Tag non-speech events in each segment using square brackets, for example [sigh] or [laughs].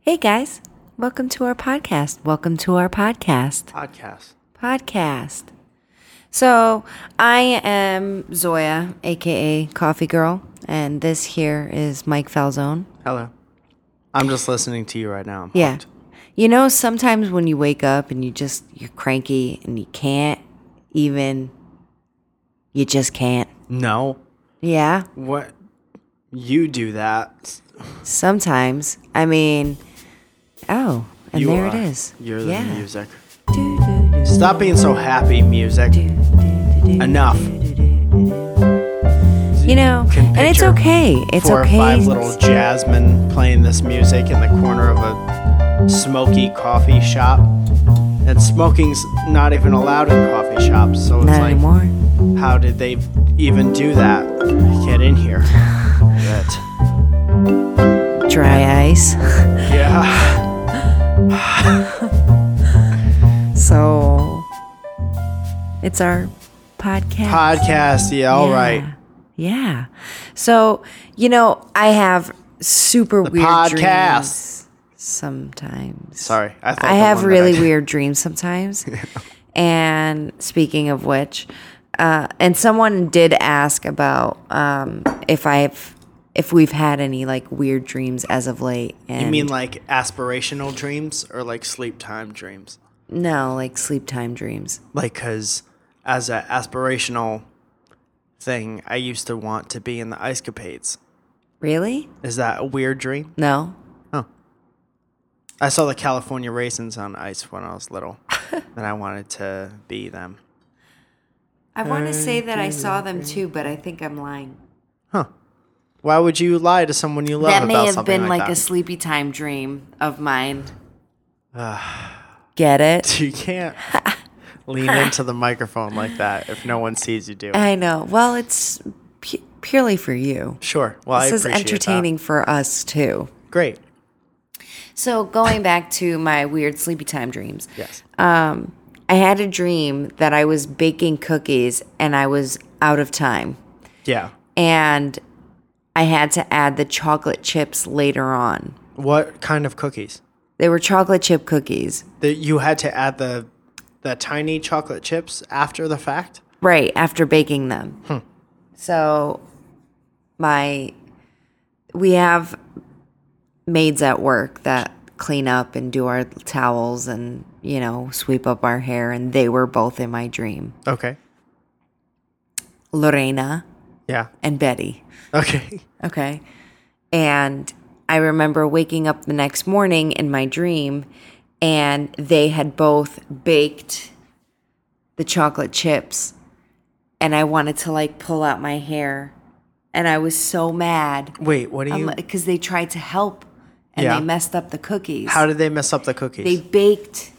Hey guys, welcome to our podcast. Welcome to our podcast. Podcast. Podcast. So, I am Zoya, aka Coffee Girl, and this here is Mike Falzone. Hello. I'm just listening to you right now. I'm Yeah. hooked. You know, sometimes when you wake up and you just, you're cranky and you can't even, you just can't. No. Yeah. What? You do that. Sometimes. I mean, oh, and you there it are. is. You're the yeah. music. Stop being so happy, music. Enough. You know, Can and it's picture okay. It's Four okay. or five little Jasmine playing this music in the corner of a smoky coffee shop. And smoking's not even allowed in coffee shops, so it's Not like, anymore. how did they even do that? Get in here. [laughs] But, Dry ice. [laughs] yeah. So it's our podcast. podcast. Yeah, all right. Yeah. So, you know, I have super weird podcast. dreams sometimes. Sorry, I thought I the have one that really I- weird dreams [laughs] sometimes. And speaking of which, uh, and someone did ask about um, if I've if we've had any like weird dreams as of late. And You mean like aspirational dreams or like sleep time dreams? no, like sleep time dreams. Like, cause as an aspirational thing, I used to want to be in the ice capades. Really? Is that a weird dream? No. Oh. I saw the California raisins on ice when I [laughs] was little, and I wanted to be them. I want Uh, to say that I saw them too, but I think I'm lying. Why would you lie to someone you love That about may have been something like, like, a [laughs] that? sleepy time dream of [sighs] mine. Get it? [laughs] you can't lean into the microphone like that if no one sees you do. it. I know. Well, it's pu- purely for you. Sure. Well, I This is appreciate entertaining for us too. That. Great. So, going back to my weird sleepy time dreams, Yes. I had a dream that I was baking cookies and I was out of time. yeah. And I had to add the chocolate chips later on. What kind of cookies? They were chocolate chip cookies. That you had to add the the tiny chocolate chips after the fact? Right, after baking them. So my we have maids at work that clean up and do our towels and, you know, sweep up our hair and they were both in my dream. Okay. Lorena Yeah. and Betty. Okay. Okay. And I remember waking up the next morning in my dream and they had both baked the chocolate chips and I wanted to like pull out my hair and I was so mad [laughs] Wait, what do you because they tried to help and Yeah. they messed up the cookies. How did they mess up the cookies? they baked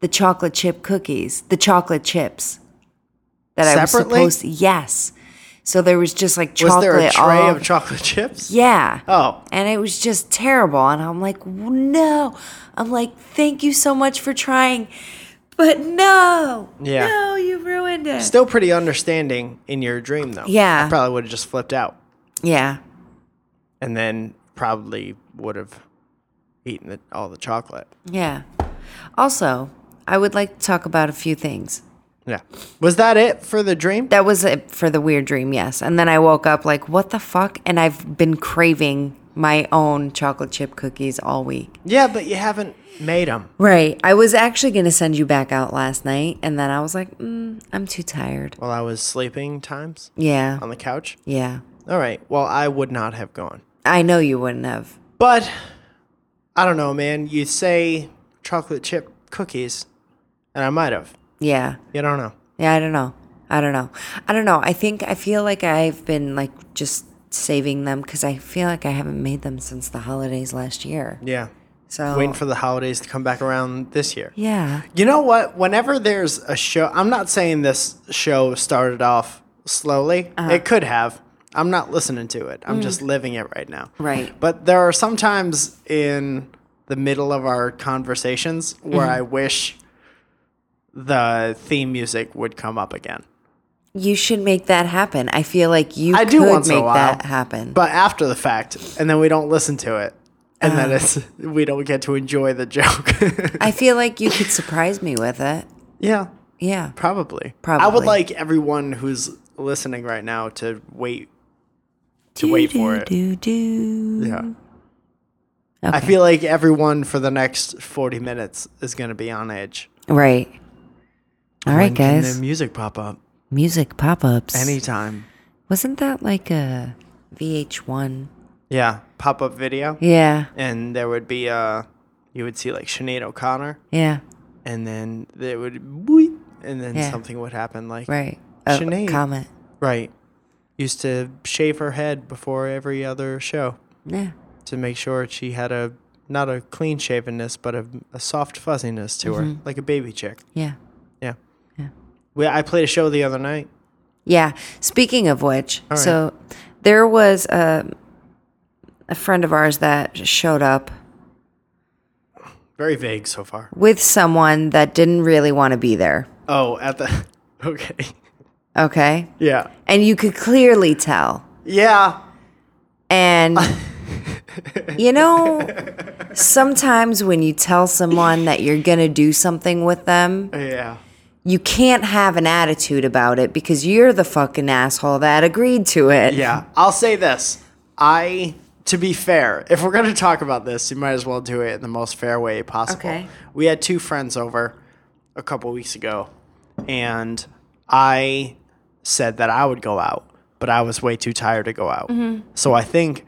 the chocolate chip cookies, the chocolate chips that Separately? I was supposed to. Yes. So there was just like was chocolate there a tray all of chocolate chips? yeah. Oh. And it was just terrible. And I'm like, no. I'm like, thank you so much for trying. But no. Yeah. No, you ruined it. Still pretty understanding in your dream though. Yeah. I probably would have just flipped out yeah. and then probably would have eaten the, all the chocolate. Yeah. Also, I would like to talk about a few things. Yeah. Was that it for the dream? That was it for the weird dream, yes. And then I woke up like, what the fuck? And I've been craving my own chocolate chip cookies all week. yeah, but you haven't made them. Right. I was actually going to send you back out last night. And then I was like, mm, I'm too tired. While I was sleeping times Yeah. on the couch. Yeah. All right. Well, I would not have gone. I know you wouldn't have. But I don't know, man. You say chocolate chip cookies, and I might have. Yeah. You don't know. Yeah, I don't know. I don't know. I don't know. I think I feel like I've been like just saving them because I feel like I haven't made them since the holidays last year. Yeah. So Waiting for the holidays to come back around this year. yeah, You know what? Whenever there's a show, I'm not saying this show started off slowly. Uh-huh. It could have. I'm not listening to it. I'm just living it right now. Mm. Right. But there are sometimes in the middle of our conversations where Mm-hmm. I wish the theme music would come up again. you should make that happen. I feel like you I could do once in a make while, that happen. but after the fact, and then we don't listen to it. and Uh-huh. then it's [laughs] we don't get to enjoy the joke. [laughs] I feel like you could surprise me with it. yeah, Yeah. probably. I would Probably. like everyone who's listening right now to wait. To wait for it. Do, do. Yeah. I feel like everyone for the next 40 minutes is going to be on edge. Right. All right, When can guys. the music pop up Music pop ups. anytime. Wasn't that like a VH1? Yeah, pop up video. Yeah. And there would be, uh, you would see like Sinead O'Connor, Yeah. and then there would, boop, and then Yeah. something would happen like, Right. A Sinead. comment. right. Used to shave her head before every other show Yeah. to make sure she had a, not a clean shavenness, but a, a soft fuzziness to her, Mm-hmm. like a baby chick. Yeah. Yeah. Yeah. We, I played a show the other night. Yeah. Speaking of which, right. so there was a, a friend of ours that showed up Very vague so far. with someone that didn't really want to be there. Oh, at the [laughs] okay. Okay. Yeah. And you could clearly tell. Yeah. [laughs] And you know, sometimes when you tell someone that you're going to do something with them, Yeah. you can't have an attitude about it because you're the fucking asshole that agreed to it. Yeah. I'll say this. I to be fair, if we're gonna talk about this, you might as well do it in the most fair way possible. Okay. We had two friends over a couple weeks ago, and I said that I would go out, but I was way too tired to go out. Mm-hmm. So I think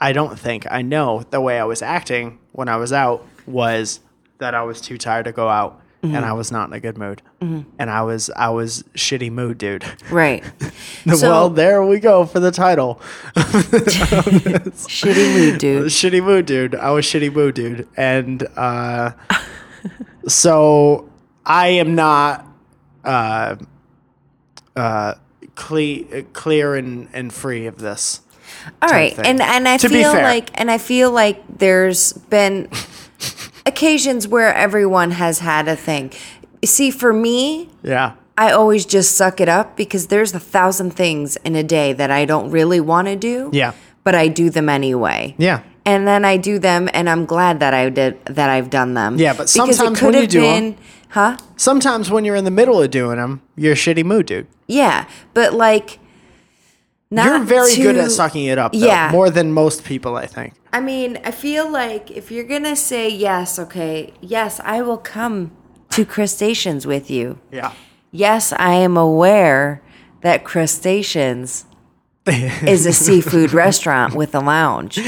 I don't think I know the way I was acting when I was out was that I was too tired to go out Mm-hmm. and I was not in a good mood. And I was I was shitty mood, dude. [laughs] Right. So- well, there we go for the title. Shitty mood, [laughs] dude. shitty mood, dude. I was shitty mood, dude. And [laughs] uh, so I am not uh, uh, cle- clear and, and free of this. All right. thing. And and I To be feel fair. like and I feel like there's been occasions where everyone has had a thing. See, for me, Yeah. I always just suck it up because there's a thousand things in a day that I don't really want to do. Yeah. But I do them anyway. Yeah. And then I do them and I'm glad that I did that I've done them. Yeah, but sometimes when you do 'em- huh? Sometimes when you're in the middle of doing them, you're a shitty mood, dude. Yeah. But like not You're very good to- at sucking it up, though, Yeah. more than most people, I think. I mean, I feel like if you're gonna say yes, okay, yes, I will come to crustaceans with you. Yeah. Yes, I am aware that [laughs] crustaceans is a seafood restaurant with a lounge.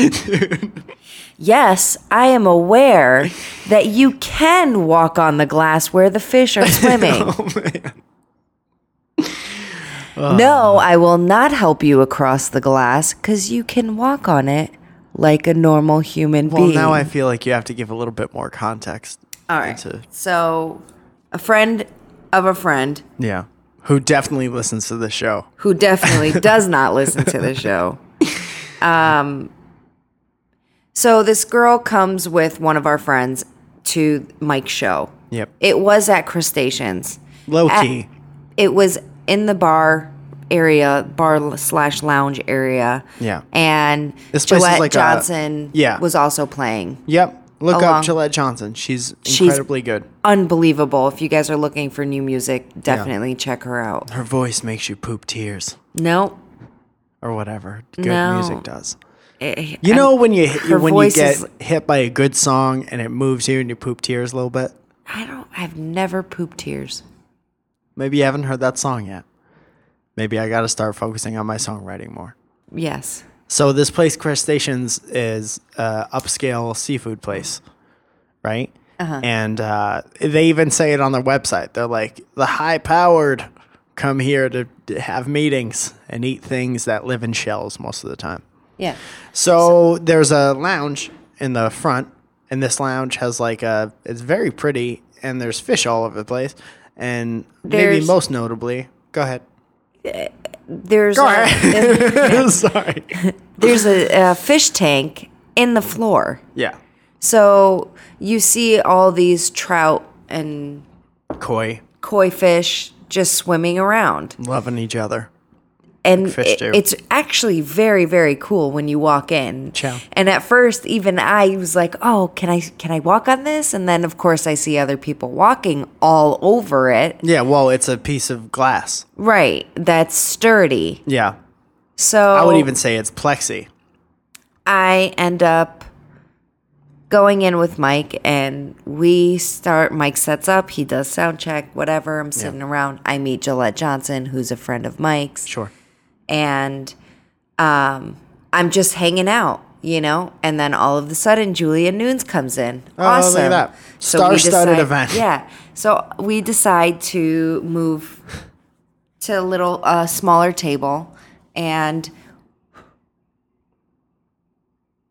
Yes, I am aware that you can walk on the glass where the fish [laughs] are swimming. Oh, [laughs] No, I will not help you across the glass because you can walk on it like a normal human Well, being. now I feel like you have to give a little bit more context. All right. into- So, a friend of a friend Yeah. Who definitely listens to the show. who [laughs] definitely does not listen to the show. Um, so this girl comes with one of our friends to Mike's show. Yep. It was at Crustaceans. Low At- key. It was in the bar area, bar slash lounge area. Yeah. And This place is Gillette like a- Johnson yeah. was also playing. Yep. Look Along- up Gillette Johnson. She's She's- incredibly good. Unbelievable. If you guys are looking for new music, definitely check her out. Her voice makes you poop tears Nope. or whatever. Good No. music does. Eh, You I'm- know when you her when you voice get is- hit by a good song and it moves you and you poop tears a little bit? I don't. I've never pooped tears. Maybe you haven't heard that song yet. Maybe I got to start focusing on my songwriting more. Yes. So this place, Crustaceans, is uh, upscale seafood place, right? And uh, they even say it on their website. They're like the high powered come here to, to have meetings and eat things that live in shells most of the time. Yeah. So there's a lounge in the front, and this lounge has like a it's very pretty, and there's fish all over the place, and maybe There's- most notably, go ahead. [laughs] [laughs] There's a, Sorry. there's a, a fish tank in the floor, Yeah. so you see all these trout and Koi koi fish just swimming around. loving each other. and fish it- do. it's actually very very cool when you walk in. Yeah. And at first, even I was like, "Oh, can I can I walk on this?" And then, of course, I see other people walking all over it. Yeah, well, it's a piece of glass. Right, that's sturdy. Yeah. So I would even say it's plexi. I end up going in with Mike and we start Mike sets up, he does sound check, whatever. I'm sitting around. I meet Gillette Johnson, who's a friend of Mike's, Sure. and um I'm just hanging out, you know? And then all of a sudden Julia Nunes comes in. Oh, look at awesome. that. we Star-studded decide- [laughs] event. Yeah. So we decide to move to a little uh, smaller table and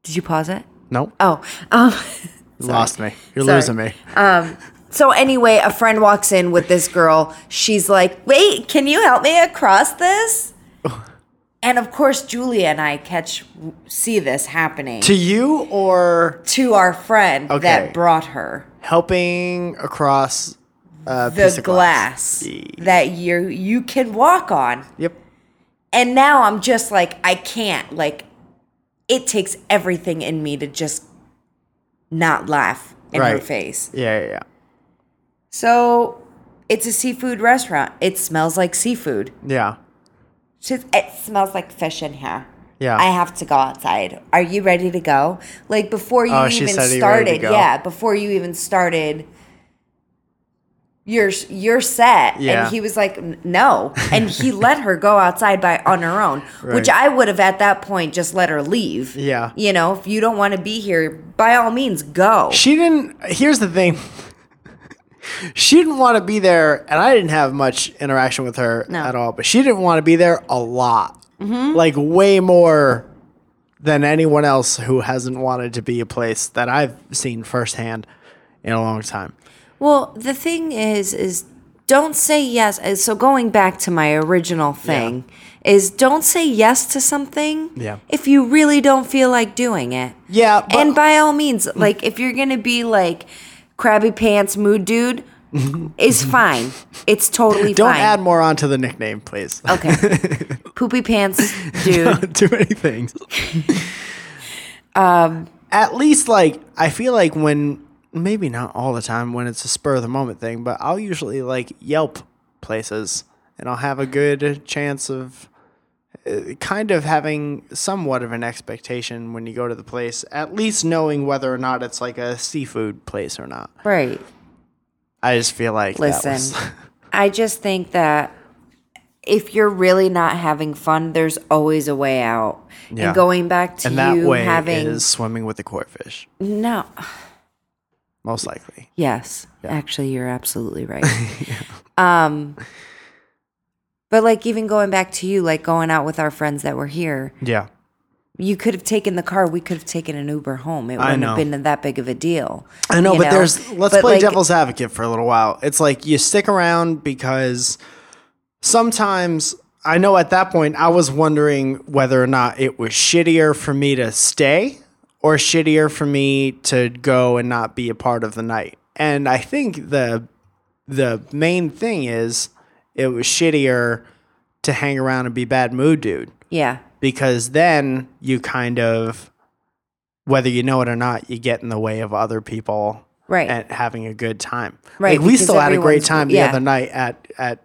did you pause it? Nope. Oh, [laughs] um, You lost me. You're Sorry. losing me. so anyway, a friend walks in with this girl. She's like, "Wait, can you help me across [laughs] this?" And of course, Julia and I catch see this happening to you or to our friend Okay. that brought her helping across a the piece of glass that you you can walk on. Yep. And now I'm just like, I can't. Like, it takes everything in me to just not laugh in her Right. face. Yeah, yeah, yeah. So it's a seafood restaurant. It smells like seafood. Yeah. She's, it smells like fish in here. Yeah. I have to go outside. Are you ready to go? Like before you Oh, she even said, "Are you ready to started. go?" Yeah, before you even started your your set Yeah. and he was like "N- [laughs] no and he let her go outside by on her own which Right. i would have at that point just let her leave Yeah. you know if you don't want to be here by all means go She didn't. Here's the thing. [laughs] she didn't want to be there, and I didn't have much interaction with her No. Mm-hmm. at all. But she didn't want to be there a lot, like way more than anyone else who hasn't wanted to be a place that I've seen firsthand in a long time. Well, the thing is, is don't say yes. uh, So going back to my original thing is don't say yes to something Yeah. if you really don't feel like doing it. Yeah, but and by all means, like if you're gonna be like crabby pants mood [laughs] dude, is fine. It's totally don't fine. add more onto the nickname, please. [laughs] [laughs] okay, poopy pants [laughs] dude. Don't do anything. um, at least like I feel like when maybe not all the time when it's a spur of the moment thing, but I'll usually like Yelp places and I'll have a good chance of uh, kind of having somewhat of an expectation when you go to the place, at least knowing whether or not it's like a seafood place or not. Right. I just feel like that Listen, was- [laughs] I just think that if you're really not having fun, there's always a way out. Yeah. And going back to and that you way having is swimming with the koi fish, no, most likely. yes, actually, you're absolutely [laughs] right. Um, but like even going back to you, like going out with our friends that were here, Yeah. you could have taken the car. We could have taken an Uber home. It I wouldn't know. have been that big of a deal. I know, you but there's let's But, play like, devil's advocate for a little while. It's like you stick around because sometimes I know at that point I was wondering whether or not it was shittier for me to stay or shittier for me to go and not be a part of the night. And I think the the main thing is it was shittier to hang around and be bad mood dude Yeah, because then you kind of whether you know it or not you get in the way of other people Right. and having a good time Right, like we because still had a great everyone's- time the yeah. other night at at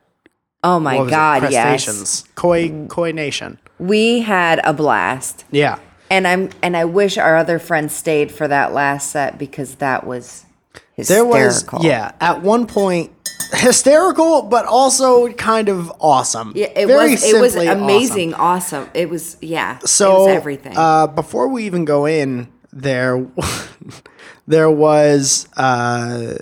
Oh my what was it? God! Yes, crustaceans koi koi nation we had a blast. yeah And I'm and I wish our other friend stayed for that last set because that was there hysterical. was yeah at one point hysterical but also kind of awesome Yeah, it Very was it was simply awesome. amazing, awesome. It was yeah. so it was everything. Uh, before we even go in, there, [laughs] there was uh,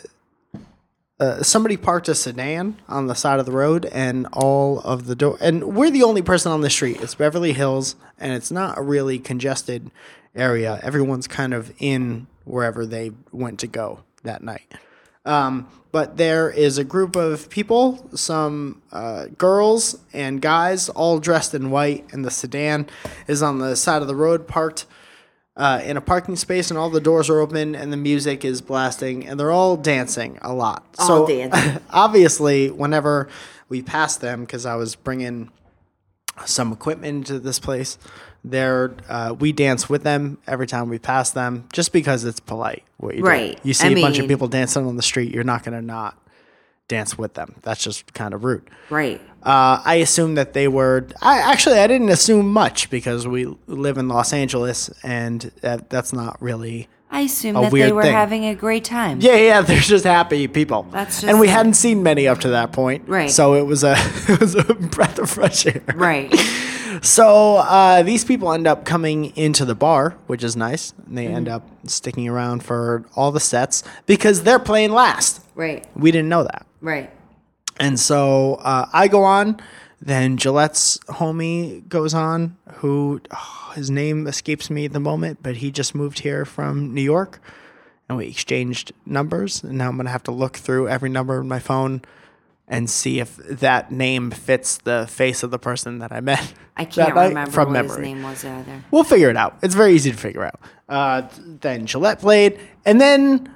uh, somebody parked a sedan on the side of the road, and all of the door. And we're the only person on the street. It's Beverly Hills, and it's not a really congested area. Everyone's kind of in wherever they went to go that night. Um, but there is a group of people, some uh, girls and guys, all dressed in white, and the sedan is on the side of the road, parked uh, in a parking space, and all the doors are open, and the music is blasting, and they're all dancing a lot. All so [laughs] dancing. obviously, whenever we passed them, because I was bringing some equipment into this place. There, uh, we dance with them every time we pass them, just because it's polite. What you do. Right. You see I a bunch of mean- people dancing on the street, you're not going to not dance with them. That's just kind of rude. Right. Uh, I assume that they were. I actually I didn't assume much because we live in Los Angeles, and that, that's not really. I assume A that they weird were thing. having a great time. Yeah, yeah, [laughs] they're just happy people. That's just and we it. hadn't seen many up to that point, Right. So it was a [laughs] it was a breath of fresh air. Right. So uh, these people end up coming into the bar, which is nice. And they end up sticking around for all the sets because they're playing last. Right. We didn't know that. Right. And so uh, I go on. Then Gillette's homie goes on, who oh, his name escapes me at the moment, but he just moved here from New York. And we exchanged numbers. And now I'm going to have to look through every number in my phone and see if that name fits the face of the person that I met. I that can't night remember what his name was either. We'll figure it out. It's very easy to figure out. Uh, then Gillette played, and then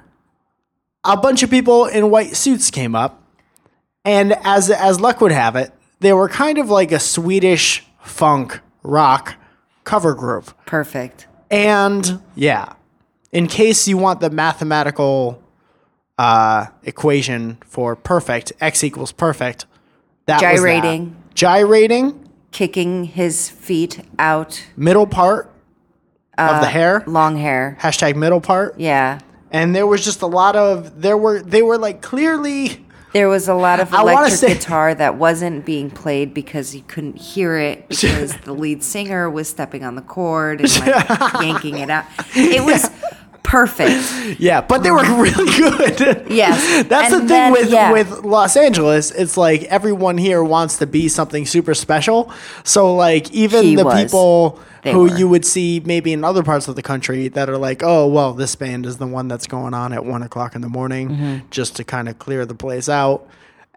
a bunch of people in white suits came up, and as as luck would have it, they were kind of like a Swedish funk rock cover group. Perfect. And yeah, in case you want the mathematical uh, equation for perfect, x equals perfect. That was that. Gyrating. gyrating, Kicking his feet out, middle part of the hair. long hair. hashtag middle part Yeah. and there was just a lot of there were they were like clearly There was a lot of I wanna electric say- guitar that wasn't being played because you couldn't hear [laughs] it because the lead singer was stepping on the cord and [laughs] like yanking it out. It was perfect. yeah but they were [laughs] really good [laughs] Yes. that's the And thing then- with yeah. with los angeles it's like everyone here wants to be something super special so like even He the was. people They who were. you would see maybe in other parts of the country that are like oh well this band is the one that's going on at one o'clock in the morning Mm-hmm. just to kind of clear the place out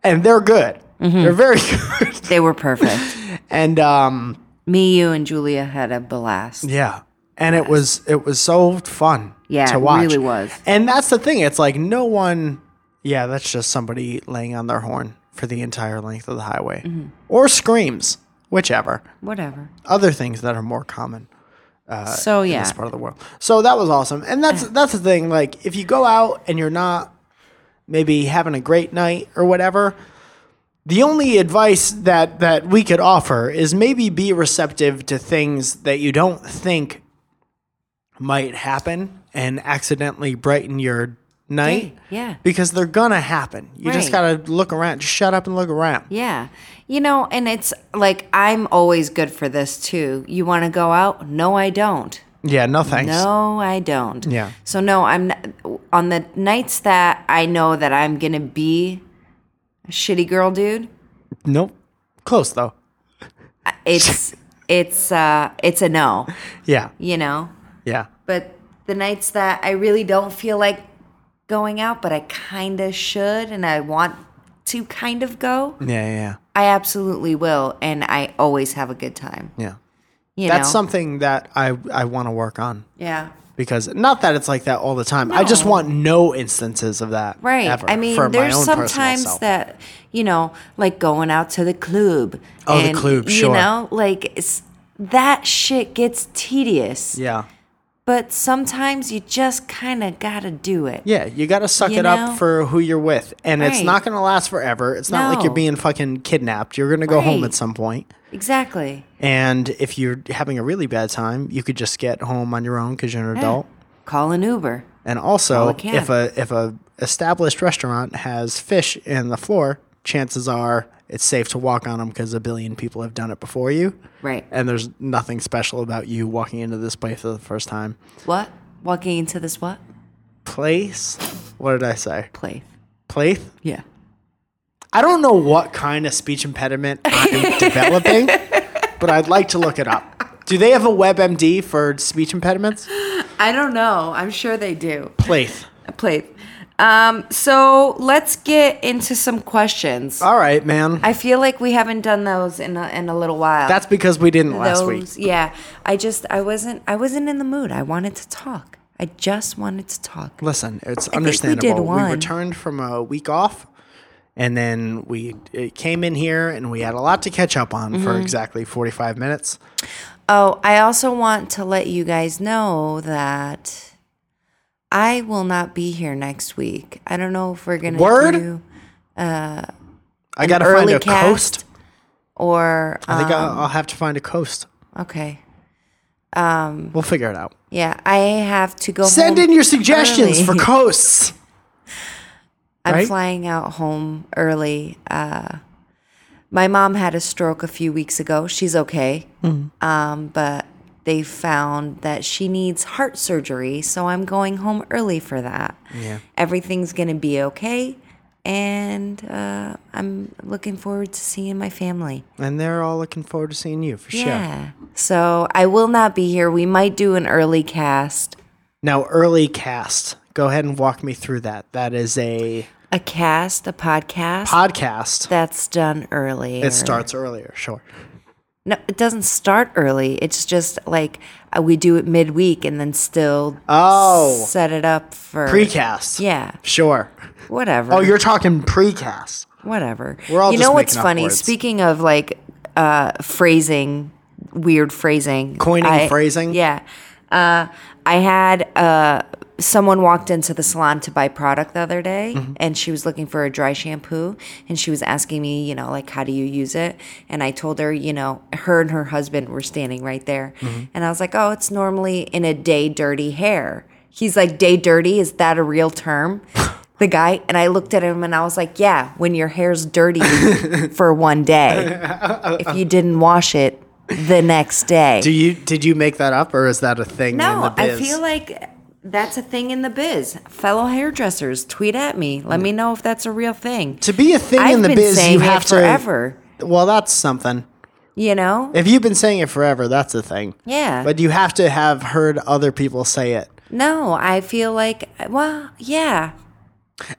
and they're good Mm-hmm. they're very [laughs] good They were perfect. and um Me, you, and Julia had a blast. Yeah. And it was it was so fun Yeah, to it watch. really was. And that's the thing. It's like no one yeah, that's just somebody laying on their horn for the entire length of the highway. Mm-hmm. Or screams, whichever. Whatever. Other things that are more common so Uh, in yeah. this part of the world. So that was awesome. And that's that's the thing. Like if you go out and you're not maybe having a great night or whatever, the only advice that that we could offer is maybe be receptive to things that you don't think might happen and accidentally brighten your night. Yeah. Because they're gonna happen. You just gotta Right. look around. Just shut up and look around. Yeah. You know, and it's like I'm always good for this too. You want to go out? No, I don't. Yeah, no thanks. No, I don't. Yeah. So no, I'm n on the nights that I know that I'm going to be a shitty girl dude, Nope. Close though. [laughs] it's it's uh it's a no, Yeah. you know. Yeah. But the nights that I really don't feel like going out but I kind of should and I want to kind of go, Yeah, yeah, yeah. I absolutely will and I always have a good time, Yeah. you That's know. something that I I want to work on yeah. because not that it's like that all the time. I just No. want no instances of that. Right. ever I mean, for my there's own personal sometimes self. that, you know, like going out to the club. Oh, the club, You sure. know, like it's, that shit gets tedious. Yeah. But sometimes you just kind of got to do it. Yeah, you got to suck You it know? up for who you're with, and it's Right. not going to last forever. It's not like you're No. being fucking kidnapped. You're going to go home Right. at some point, Exactly. and if you're having a really bad time, you could just get home on your own because you're an adult. Call an Uber. And also, Well, Oh, it can. if a if a established restaurant has fish in the floor, chances are it's safe to walk on them because a billion people have done it before you. Right. And there's nothing special about you walking into this place for the first time. What? Walking into this what? Place? What did I say? Place. Place? Yeah. I don't know what kind of speech impediment [laughs] I'm developing, but I'd like to look it up. Do they have a WebMD for speech impediments? I don't know. I'm sure they do. Place. Place. Um, so let's get into some questions. All right, man. I feel like we haven't done those in a, in a little while. That's because we didn't last week. those- Yeah, I just I wasn't I wasn't in the mood. I wanted to talk. I just wanted to talk. Listen, it's we did understandable. We, one. returned from a week off, And then we it came in here and we had a lot to catch up on for Mm-hmm. exactly 45 minutes. Oh, I also want to let you guys know that I will not be here next week. I don't know if we're gonna Word? do I got to find early a cast coast. or I think um, I'll, I'll have to find a coast. okay. We'll figure it out. Yeah, I have to go. Send home in your suggestions for early. coasts. I'm right? flying out home early. Uh, my mom had a stroke a few weeks ago. She's okay, Mm. um, but they found that she needs heart surgery, so I'm going home early for that. Yeah. everything's gonna be okay, and uh, I'm looking forward to seeing my family. And they're all looking forward to seeing you for sure. Yeah. So I will not be here. We might do an early cast. Now, early cast. Go ahead and walk me through that. That is a A cast, a podcast podcast. that's done early. It starts earlier, sure. No, it doesn't start early. It's just like uh, we do it midweek and then still Oh. set it up for Precast. Yeah, Sure. whatever. Oh, you're talking precast. whatever. We're all you just know what's making up funny? words. Speaking of like uh, phrasing, weird phrasing, Coining I- phrasing? Yeah, uh, I had uh, someone walked into the salon to buy product the other day, Mm-hmm. and she was looking for a dry shampoo, and she was asking me, you know, like how do you use it? And I told her, you know, her and her husband were standing right there, Mm-hmm. and I was like, oh, it's normally in a day dirty hair. He's like, day dirty? Is that a real [laughs] term? the guy and I looked at him and I was like, "Yeah, when your hair's dirty for one [laughs] day, if you didn't wash it the next day." Do you did you make that up or is that a thing in the no, I biz? feel like that's a thing in the biz. Fellow hairdressers, tweet at me. Let me know if that's a real thing. to be a thing I've in the been biz, saying you it have to forever. Well, that's something. You know? If you've been saying it forever, that's a thing. Yeah. But you have to have heard other people say it. no, I feel like well, yeah.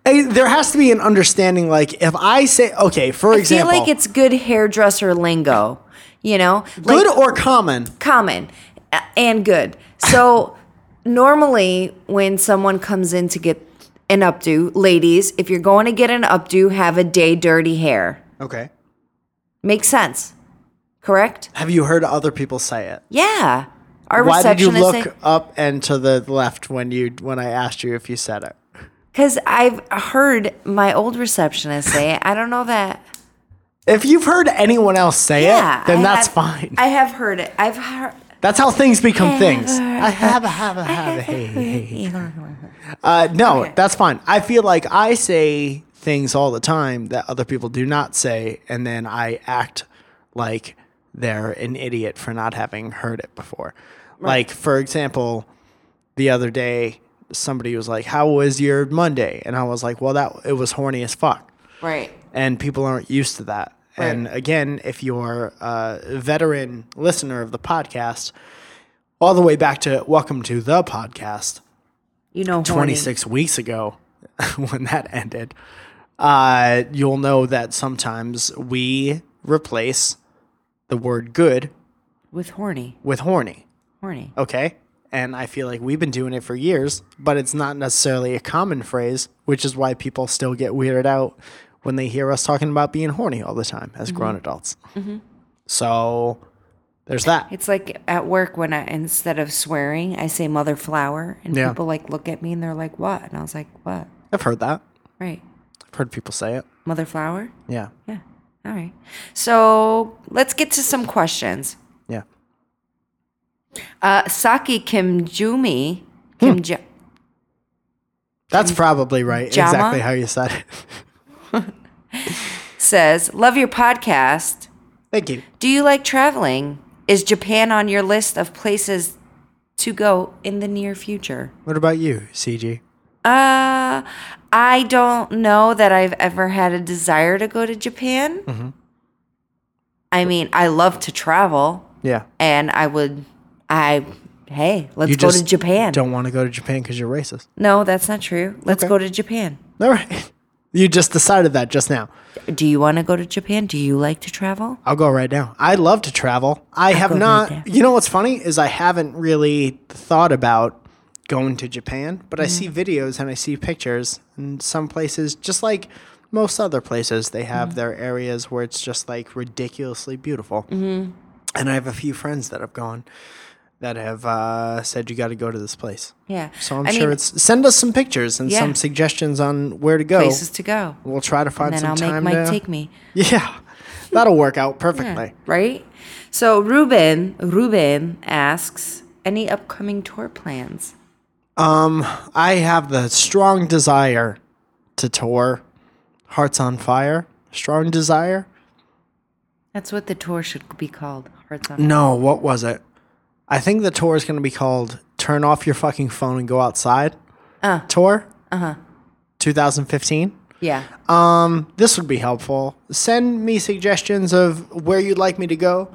Hey, there has to be an understanding. Like, if I say, okay, for I feel example, like it's good hairdresser lingo. You know, good or common, common uh, and good. So [laughs] normally when someone comes in to get an updo, ladies, if you're going to get an updo, have a day dirty hair. okay. Makes sense. Correct? Have you heard other people say it? Yeah. Our Why did you receptionist look up and to the left when you when I asked you if you said it? cuz I've heard my old receptionist say, it. I don't know [laughs] that If you've heard anyone else say yeah, it, then I that's have- fine. I have heard it. I've [laughs] heard that's how things become things. have I have a have a have a hey hey. hey. Uh, no, that's fine. I feel like I say things all the time that other people do not say, and then I act like they're an idiot for not having heard it before. Like, for example, the other day, somebody was like, How was your Monday? And I was like, Well, that it was horny as fuck. [laughs] Right. And people aren't used to that. And again, if you're a veteran listener of the podcast, all the way back to Welcome to the Podcast, You know, horny. 26 weeks ago [laughs] when that ended, uh, you'll know that sometimes we replace the word good with horny, with horny. horny. Okay. And I feel like we've been doing it for years, but it's not necessarily a common phrase, which is why people still get weirded out when they hear us talking about being horny all the time as Mm-hmm. grown adults. So there's that. It's like at work when I instead of swearing, I say mother flower and Yeah. people like look at me and they're like, "What?" And I was like, "What?" I've heard that. Right. I've heard people say it. Mother flower? Yeah. Yeah. All right. So, let's get to some questions. Yeah. Uh, Saki Kim Jumi, Kim Ja- That's probably right. Jama? Exactly how you said it. [laughs] says, "Love your podcast. Thank you. Do you like traveling? Is Japan on your list of places to go in the near future?" What about you, CG? Uh, I don't know that I've ever had a desire to go to Japan. Mm-hmm. I mean, I love to travel, Yeah. and I would, I, hey, let's You go just to Japan. Don't want to go to Japan because you're racist. No, that's not true. Let's Okay. go to Japan. All right. [laughs] You just decided that just now. Do you want to go to Japan? Do you like to travel? I'll go right now. I love to travel. I have go right not. now. you know what's funny is I haven't really thought about Mm-hmm. going to Japan, but I see videos and I see pictures, and some places just like most other places they have Mm-hmm. their areas where it's just like ridiculously beautiful. Mm-hmm. And I have a few friends that have gone that have uh, said you got to go to this place. Yeah. So I'm I sure mean, it's send us some pictures and Yeah. some suggestions on where to go. places to go. We'll try to find Then some I'll make oh, time. Mike to- take me. [laughs] Yeah, that'll work out Yeah, perfectly. right? So Ruben Ruben asks any upcoming tour plans. Um, I have the strong desire to tour. Hearts on fire. Strong desire. That's what the tour should be called. Hearts on. No, what was it? I think the tour is going to be called "Turn Off Your Fucking Phone and Go Outside." Uh, tour. Uh huh. 2015. Yeah. this would be helpful. Send me suggestions of where you'd like me to go.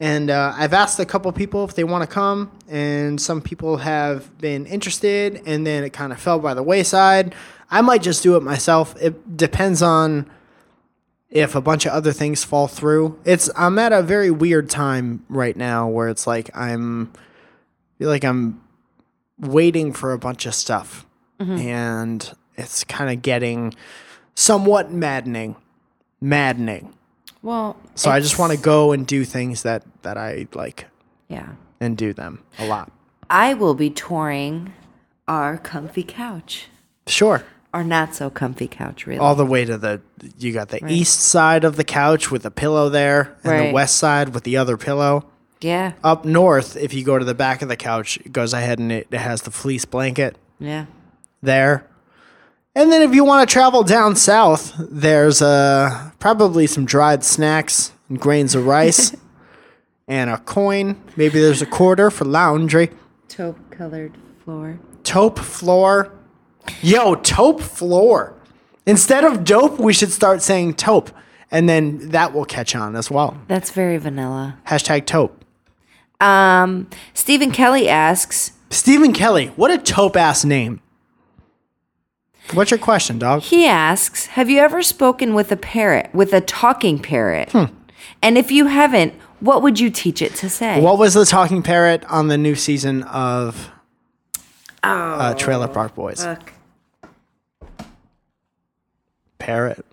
And uh, I've asked a couple people if they want to come, and some people have been interested, and then it kind of fell by the wayside. I might just do it myself. It depends on if a bunch of other things fall through. It's I'm at a very weird time right now where it's like I'm feel like I'm waiting for a bunch of stuff, Mm-hmm. and it's kind of getting somewhat maddening. Maddening. well, So I just it's- want to go and do things that that I like Yeah. and do them a lot. I will be touring our comfy couch. Sure. Our not so comfy couch, really. All the way to the you got the east side of the couch with a pillow there and the Right. west side with the other pillow. yeah. Up north, if you go to the back of the couch, it goes ahead and it, it has the fleece blanket Yeah. there. And then if you want to travel down south, there's uh, probably some dried snacks and grains of rice and a coin. Maybe there's a quarter for laundry. Taupe colored floor. Taupe floor. Yo, taupe floor. Instead of dope, we should start saying taupe. And then that will catch on as well. That's very vanilla. Hashtag taupe. Um, Stephen Kelly asks, Stephen Kelly, what a taupe ass name. What's your question, dog? He asks, "Have you ever spoken with a parrot, with a talking parrot? Hmm. And if you haven't, what would you teach it to say?" What was the talking parrot on the new season of Oh. uh, Trailer Park Boys? Fuck. parrot.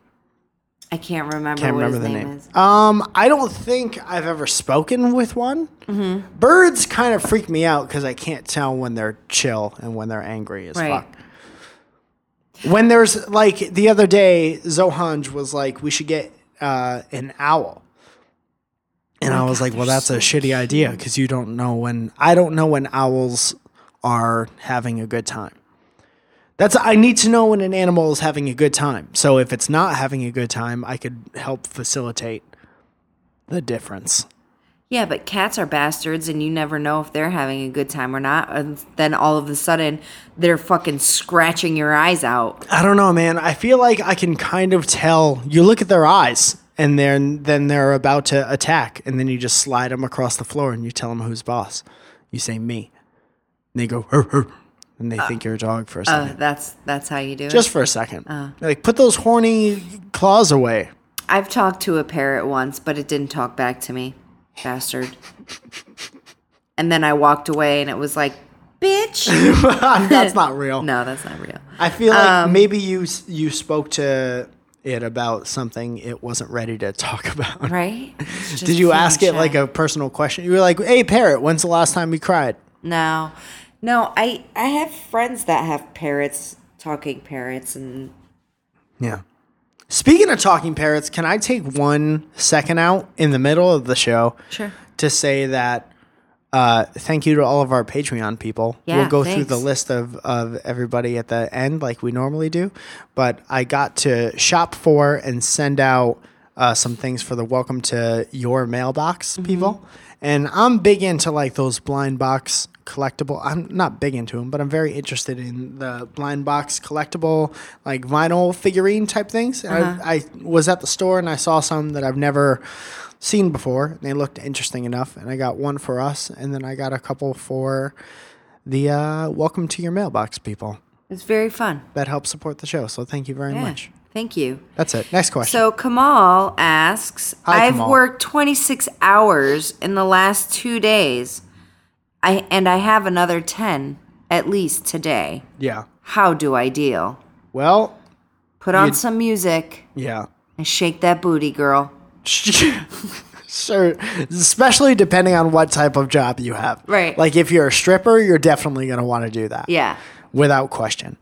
I can't remember Can't what remember his the name, name. is. Um, I don't think I've ever spoken with one. Birds kind of freak me out because I can't tell when they're chill and when they're angry as Right. fuck. When there's like the other day, Zohanj was like, "We should get uh, an owl," and I was like, "Well, that's a shitty idea because you don't know when I don't know when owls are having a good time." That's I need to know when an animal is having a good time. So if it's not having a good time, I could help facilitate the difference. Yeah, but cats are bastards, and you never know if they're having a good time or not. And then all of a sudden, they're fucking scratching your eyes out. I don't know, man. I feel like I can kind of tell. You look at their eyes, and then then they're about to attack, and then you just slide them across the floor, and you tell them who's boss. You say me, and they go hur, hur, and they think you're a dog for a second, Uh, that's that's how you do it. just for a second. like put those horny [laughs] claws away. [laughs] I've talked to a parrot once, but it didn't talk back to me. Bastard. and then I walked away and it was like, [laughs] bitch. That's not real. no, Um, that's not real. I feel like maybe you s- you spoke to it about something it wasn't ready to talk [laughs] about. Right? [laughs] It's just Did you fucking ask it like shy. a personal question? You were like, "Hey, parrot, when's the last time you cried?" No. No, I I have friends that have parrots, talking parrots and Yeah. Speaking of talking parrots, can I take one second out in the middle of the show Sure. to say that uh, thank you to all of our Patreon people. Yeah, we'll go through thanks. the list of, of everybody at the end like we normally do. But I got to shop for and send out uh, some things for the welcome to your mailbox people. And I'm big into like those blind box collectible. I'm not big into them, but I'm very interested in the blind box collectible, like vinyl figurine type things. And I, I was at the store and I saw some that I've never seen before. They looked interesting enough, and I got one for us, and then I got a couple for the uh, welcome to your mailbox people it's very fun. that help support the show. So thank you very Yeah. much. Thank you. That's it. Next question. So Kamal asks, Hi, I've Kamal. worked 26 hours in the last 2 days. I and I have another 10 at least today. yeah. How do I deal? Well, Put on some music Yeah. [laughs] and shake that booty, girl. sure. Especially depending on what type of job you have. Right. Like if you're a stripper, you're definitely going to want to do that. Yeah. Without question.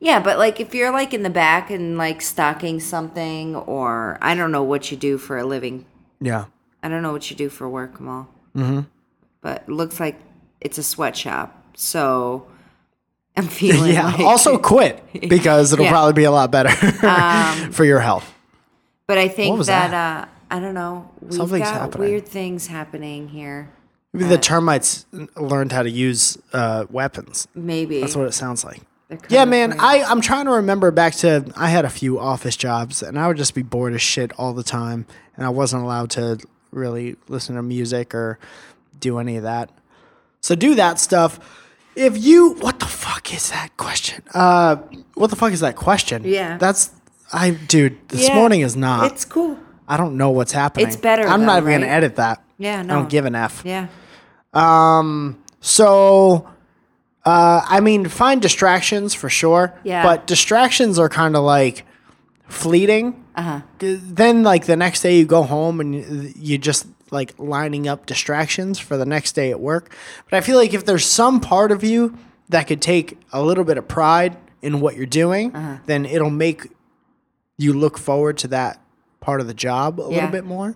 Yeah, but like if you're like in the back and like stocking something or I don't know what you do for a living. Yeah. I don't know what you do for work, Mal. Mm-hmm. But it looks like it's a sweatshop. So I'm feeling [laughs] [laughs] Yeah. like- also [laughs] quit because it'll Yeah. Um, probably be a lot better [laughs] for your health. But I think was that, uh I don't know. We've Something's got happening. weird things happening here. Maybe uh, the termites learned how to use uh, weapons. Maybe. That's what it sounds like. They're kind Yeah, of man. weird. I, I'm trying to remember back to I had a few office jobs and I would just be bored as shit all the time and I wasn't allowed to really listen to music or do any of that. So do that stuff. If you what the fuck is that question? Uh what the fuck is that question? Yeah. That's I dude, this Yeah, morning is not. It's cool. I don't know what's happening. It's better I'm though, not even right? gonna edit that. Yeah, I no. don't give an F. Yeah. So, uh, I mean, find distractions for sure. Yeah. But distractions are kind of like fleeting. Uh huh. Then, like the next day, you go home and you- you just like lining up distractions for the next day at work. But I feel like if there's some part of you that could take a little bit of pride in what you're doing, then it'll make you look forward to that part of the job a Yeah. little bit more.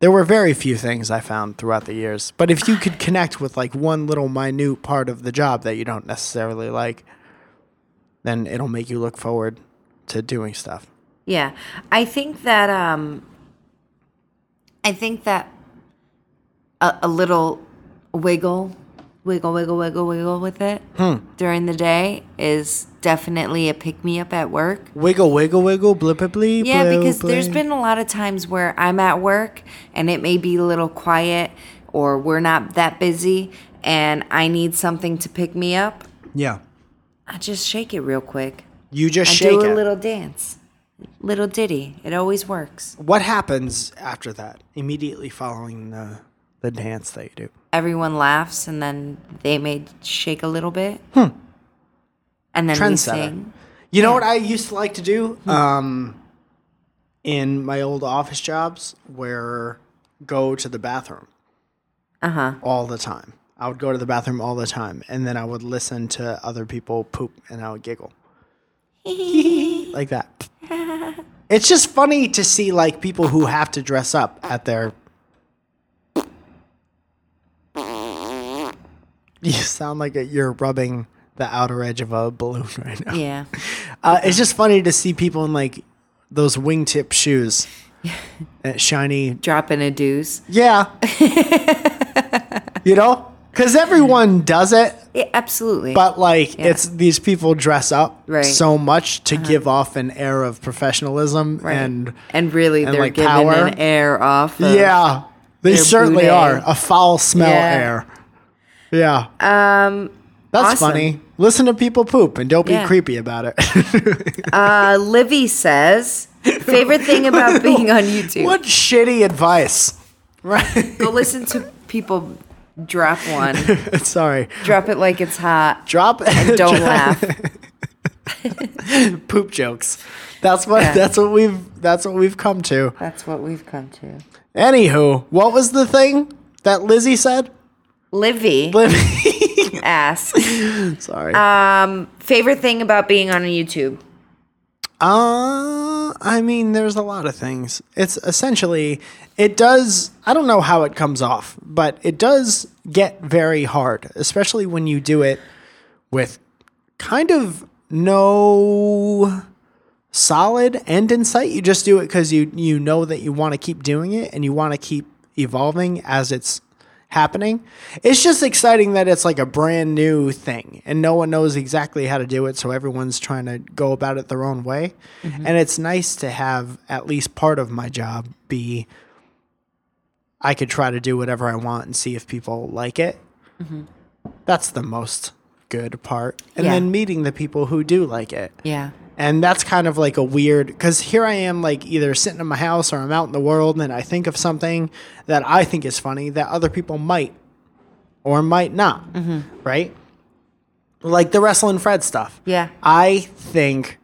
There were very few things I found throughout the years, but if you could connect with like one little minute part of the job that you don't necessarily like, then it'll make you look forward to doing stuff. Yeah. I think that um I think that a, a little wiggle wiggle wiggle wiggle wiggle with it Hmm. during the day is definitely a pick me up at work. Wiggle, wiggle, wiggle, blip, blip, bleep. Yeah, blip, because there's bleep. been a lot of times where I'm at work and it may be a little quiet or we're not that busy and I need something to pick me up. yeah, I just shake it real quick. you just I shake do a it. little dance. Little ditty. It always works. What happens after that? Immediately following the the dance that you do. everyone laughs and then they may shake a little bit. And then we Hmm. trendsetter. sing. You know what I used to like to do um, in my old office jobs, where go to the bathroom uh-huh. all the time. I would go to the bathroom all the time, and then I would listen to other people poop, and I would giggle like that. It's just funny to see like people who have to dress up at their. [laughs] You sound like you're rubbing the outer edge of a balloon right now. Yeah. Uh, it's just funny to see people in like those [laughs] wingtip shoes, that shiny. Dropping a deuce. Yeah, you know, because everyone does it, Yeah, absolutely. but like it's these people dress up Right. Uh-huh. so much to give off an air of professionalism Right. and and really, and, they're like, giving power. an air off. Of, yeah, they Their certainly boudet. are a foul smell Yeah. Uh, air. Yeah. Um, that's awesome. funny. Listen to people poop and don't be Yeah. creepy about it. [laughs] Uh, Livy says, favorite thing about being on YouTube. what shitty advice, right? Go listen to people drop one. [laughs] Sorry. drop it like it's hot. Drop [laughs] and Don't laugh. poop jokes. That's what Yeah. that's what we've that's what we've come to. That's what we've come to. Anywho, what was the thing that Lizzie said? [laughs] Livy Libby. asks, [laughs] Sorry. Uh, favorite thing about being on YouTube? Uh, I mean, there's a lot of things. It's essentially, it does, I don't know how it comes off, but it does get very hard, especially when you do it with kind of no solid end in sight. You just do it because you, you know that you want to keep doing it and you want to keep evolving as it's happening. It's just exciting that it's like a brand new thing and no one knows exactly how to do it. So everyone's trying to go about it their own way. And it's nice to have at least part of my job be I could try to do whatever I want and see if people like it. That's the most good part. And Yeah. then meeting the people who do like it. Yeah. And that's kind of like a weird because here I am, like either sitting in my house or I'm out in the world, and I think of something that I think is funny that other people might or might not, Mm-hmm. right? Like the wrestling Fred stuff. Yeah. I think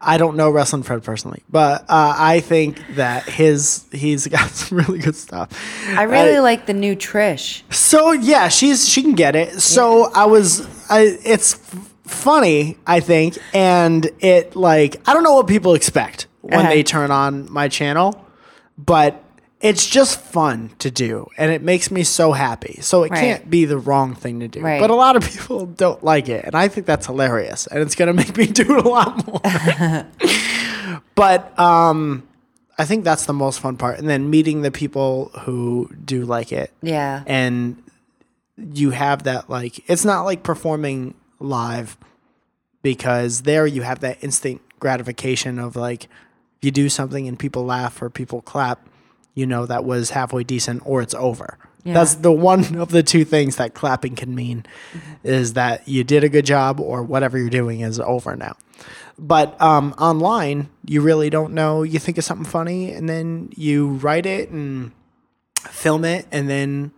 I don't know wrestling Fred personally, but uh, I think that his he's [laughs] got some really good stuff. Uh, I really like the new Trish. So yeah, she's she can get it. So I was, I, it's f- funny I think, and it like I don't know what people expect when Uh-huh. they turn on my channel, but it's just fun to do, and it makes me so happy. So it Right. can't be the wrong thing to do. Right. But a lot of people don't like it, and I think that's hilarious, and it's gonna make me [laughs] do it a [laughs] lot more. but um, I think that's the most fun part, and then meeting the people who do like it Yeah. and you have that like it's not like performing live because there you have that instant gratification of like if you do something and people laugh or people clap you know that was halfway decent or it's over that's the one [laughs] of the two things that clapping can mean is that you did a good job or whatever you're doing is over now but um, online you really don't know you think of something funny and then you write it and film it and then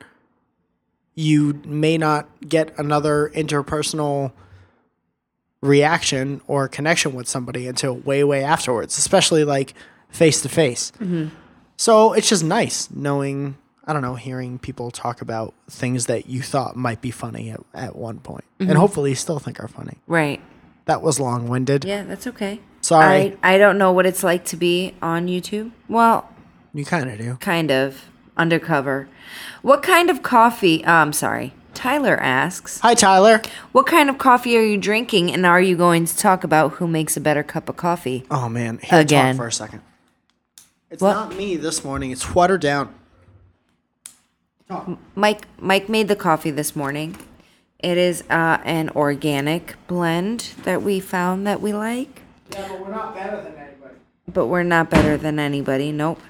you may not get another interpersonal reaction or connection with somebody until way way afterwards especially like face to face Mm-hmm. so it's just nice knowing i don't know hearing people talk about things that you thought might be funny at, at one point and Mm-hmm. hopefully still think are funny Right. that was long-winded Yeah, that's okay. Sorry. I, I don't know what it's like to be on YouTube. Well, you kind of do kind of undercover. What kind of coffee? Oh, I'm sorry. Tyler asks, hi tyler "What kind of coffee are you drinking and are you going to talk about who makes a better cup of coffee?" oh man Here, Again. talk for a second it's What? not me this morning it's watered down Mike Mike made the coffee this morning. It is uh, an organic blend that we found that we like, yeah but we're not better than anybody but we're not better than anybody. Nope.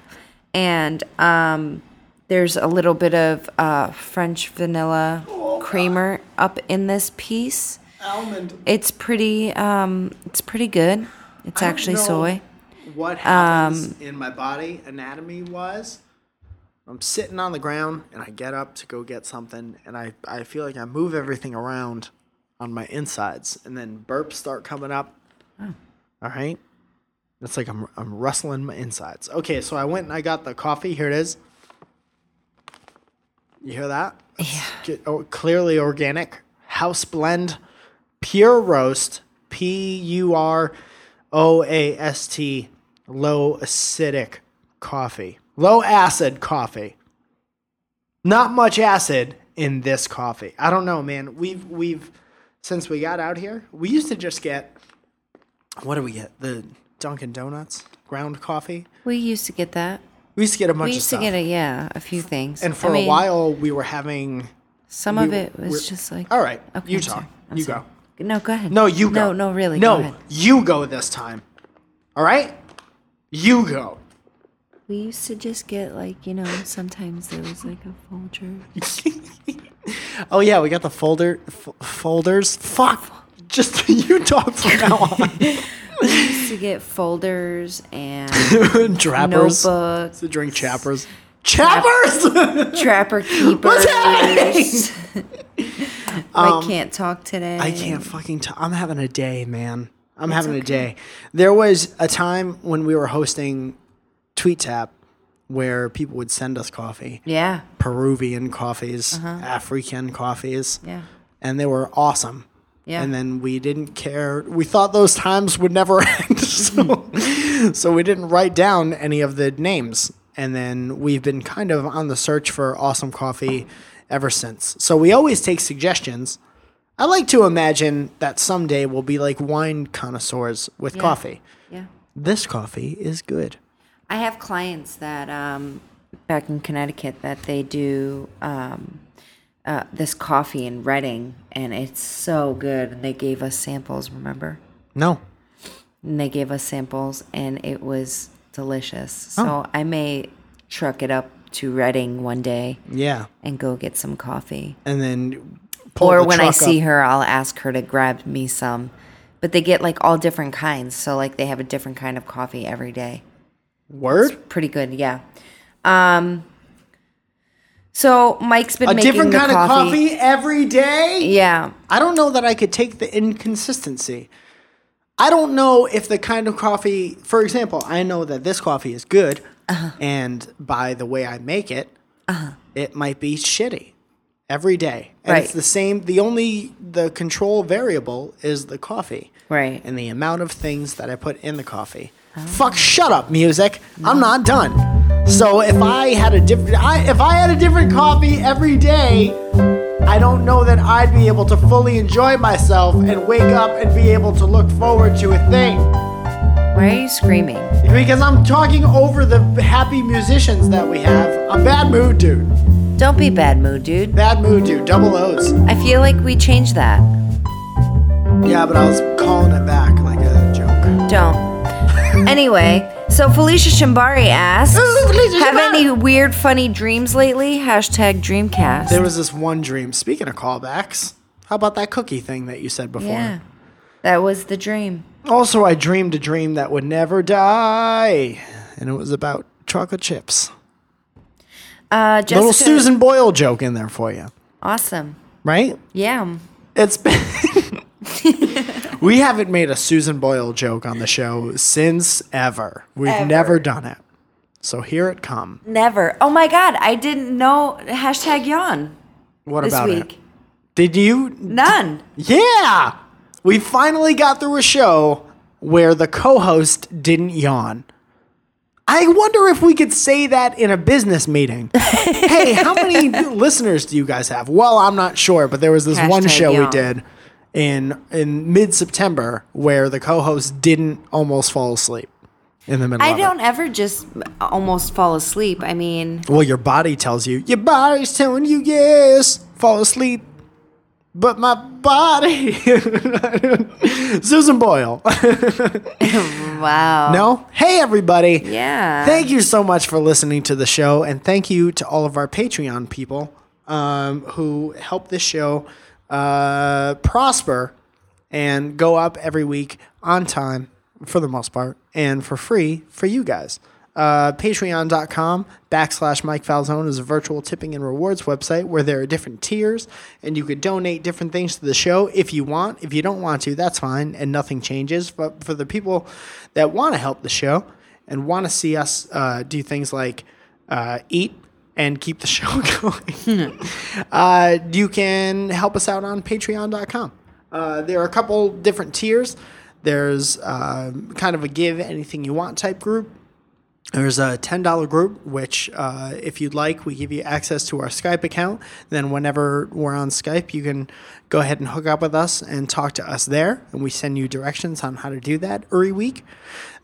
And um, there's a little bit of uh, French vanilla creamer up in this piece. almond It's pretty. Um, it's pretty good. It's I don't actually know soy. Um, What happens in my body anatomy was I'm sitting on the ground and I get up to go get something and I, I feel like I move everything around on my insides and then burps start coming up. Oh. All right. It's like I'm I'm rustling my insides. Okay, so I went and I got the coffee. Here it is. You hear that? Yeah. oh, clearly organic house blend, pure roast, P U R O A S T, low acidic coffee, low acid coffee. Not much acid in this coffee. I don't know, man. We've we've since we got out here, we used to just get what do we get? The Dunkin' Donuts ground coffee. We used to get that. We used to get a bunch We of used to stuff. get a yeah, a few things. and I for mean, a while, we were having. some of it was just like All right, Okay, you I'm talk. sorry. I'm You sorry. go. No, go ahead. No, you go. No, no, really. No, Go ahead. you go this time. All right? You go. We used to just get like you know sometimes there was like a Folger. oh, yeah, we got the folder f- folders. Fuck. Just [laughs] you talk from now We used to get folders [laughs] and on. [laughs] Trappers. notebooks, To drink chappers. [laughs] Chappers! trapper keepers. happening? [laughs] I Um, can't talk today. I can't fucking. i I'm having a day, man. I'm having a day. There was a time when we were hosting TweetTap where people would send us coffee. Yeah, Peruvian coffees, African coffees. Uh-huh. Yeah. And they were awesome. Yeah. And then we didn't care. We thought those times would never [laughs] end. So, so we didn't write down any of the names. And then we've been kind of on the search for awesome coffee ever since. So we always take suggestions. I like to imagine that someday we'll be like wine connoisseurs with coffee. yeah. This coffee is good. I have clients that um, back in Connecticut that they do um, uh, this coffee in Reading, and it's so good. And they gave us samples. Remember? No. and they gave us samples and it was delicious. Oh. So I may truck it up to Reading one day Yeah. and go get some coffee. And then pull Or the when I truck see up. her, I'll ask her to grab me some. But they get like all different kinds. So like they have a different kind of coffee every day. word Pretty good, yeah. Um so Mike's been a making different the kind of coffee every day. Yeah. I don't know that I could take the inconsistency. I don't know if the kind of coffee, for example, I know that this coffee is good, and by the way I make it, it might be shitty every day. And it's Right. the same. The only the control variable is the coffee, Right. And the amount of things that I put in the coffee. Fuck! Shut up, music. I'm not done. So if I had a different, I, if I had a different coffee every day, I don't know that I'd be able to fully enjoy myself and wake up and be able to look forward to a thing. Why are you screaming? Because I'm talking over the happy musicians that we have. I'm bad mood, dude. Don't be bad mood, dude. Bad mood, dude. Double O's. I feel like we changed that. Yeah, but I was calling it back like a joke. [laughs] Don't. anyway, so Felicia Shimbari asks, Ooh, Felicia have Shambari. any weird, funny dreams lately? Hashtag Dreamcast. There was this one dream. Speaking of callbacks, how about that cookie thing that you said before? yeah, that was the dream. Also, I dreamed a dream that would never die, and it was about chocolate chips. Uh, Jessica, Little Susan Boyle joke in there for you, Awesome. right? Yeah. It's been. [laughs] we haven't made a Susan Boyle joke on the show since ever. We've never done it. So here it come. Never. Oh my God, I didn't know hashtag yawn What this about week. it? Did you? None. Yeah! We finally got through a show where the co host didn't yawn. I wonder if we could say that in a [laughs] business meeting. hey, how many listeners do you guys have? Well, I'm not sure, but there was this one Hashtag show we yawn. did in in mid September where the co-host didn't almost fall asleep in the middle. I of it. don't ever just almost fall asleep. I mean, Well, your body tells you. Your body's telling you yes. Fall asleep. But my body. [laughs] Susan Boyle. [laughs] wow. no? Hey, everybody. Yeah. Thank you so much for listening to the show. And thank you to all of our Patreon people um, who help this show uh, prosper and go up every week on time for the most part and for free for you guys. Uh, Patreon.com backslash Mike Falzone is a virtual tipping and rewards website where there are different tiers and you could donate different things to the show if you want. If you don't want to, that's fine and nothing changes. But for the people that want to help the show and want to see us uh, do things like uh, eat and keep the [laughs] show going, uh, you can help us out on patreon.com. Uh, there are a couple different tiers. There's um kind of a give anything you want type group. There's a $10 group, which, uh, if you'd like, we give you access to our Skype account. Then, whenever we're on Skype, you can go ahead and hook up with us and talk to us there. And we send you directions on how to do that every week.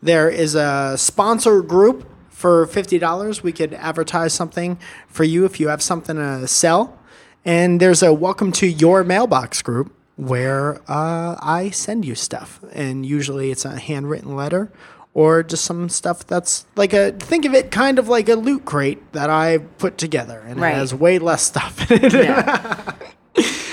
There is a sponsor group for $50. We could advertise something for you if you have something to sell. And there's a welcome to your mailbox group where uh, I send you stuff. And usually it's a handwritten letter or just some stuff that's like a think of it kind of like a loot crate that I put together and Right. it has way less stuff in it. Yeah. [laughs]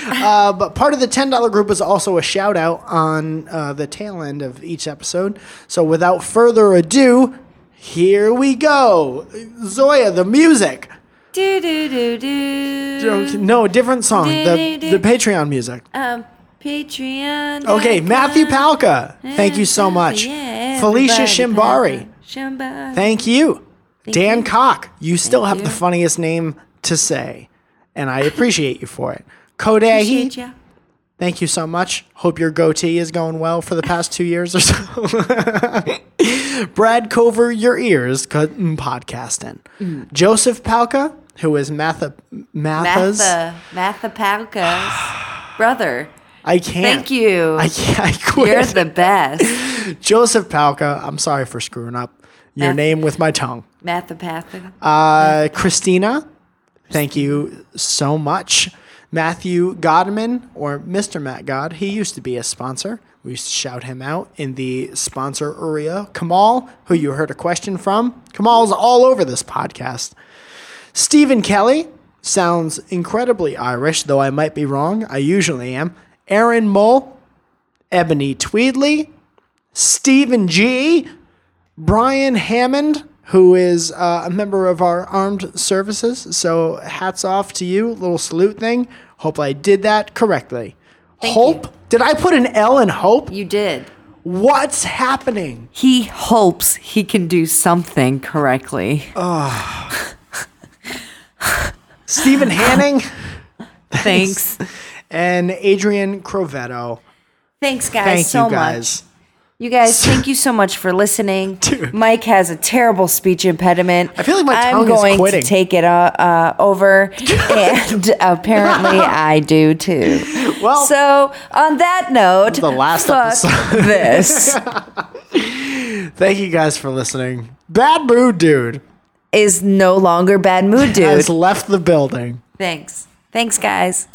Uh, but part of the $10 group is also a shout out on uh, the tail end of each episode. So without further ado, here we go. Zoya, the music. do do do do. No, different song. The, the Patreon music. Um, Patreon. Okay, Matthew Palka. Thank you so much. Yeah, Felicia everybody, Shimbari. Palka. Shimbari. Thank you. Dan you. Cock. You still have the you. funniest name to say, and I appreciate you for it. Kodahi. Appreciate ya. Thank you so much. Hope your goatee is going well for the past two years or so. [laughs] Brad Cover, your ears cut mm, podcasting. Mm. Joseph Palka, who is Matha Mathas. Matha, Matha [sighs] Palka's brother. I can't. Thank you. I can't. I quit. You're the best. [laughs] [laughs] Joseph Palka, I'm sorry for screwing up your Math- name with my tongue. Matha Palka. Uh, Christina, thank you so much. Matthew Godman, or Mr. Matt God, he used to be a sponsor. We used to shout him out in the sponsor area. Kamal, who you heard a question from. Kamal's all over this podcast. Stephen Kelly sounds incredibly Irish, though I might be wrong. I usually am. Aaron Mole, Ebony Tweedley, Stephen G, Brian Hammond, who is uh, a member of our armed services. So hats off to you. Little salute thing. Hope I did that correctly. Thank Hope. you. Did I put an L in Hope? You did. What's happening? He hopes he can do something correctly. Oh, [laughs] Stephen Hanning Thanks. and Adrian Crovetto. Thanks, guys, Thank so much. you guys. You [laughs] guys, thank you so much for listening. Dude. Mike has a terrible speech impediment. I feel like my I'm tongue is going quitting. to take it uh, uh, [laughs] over, and apparently I do too. Well- so on that note, The last fuck [laughs] this Thank you guys for listening. Bad Mood Dude is no longer bad mood, dude. has left the building. Thanks, thanks, guys.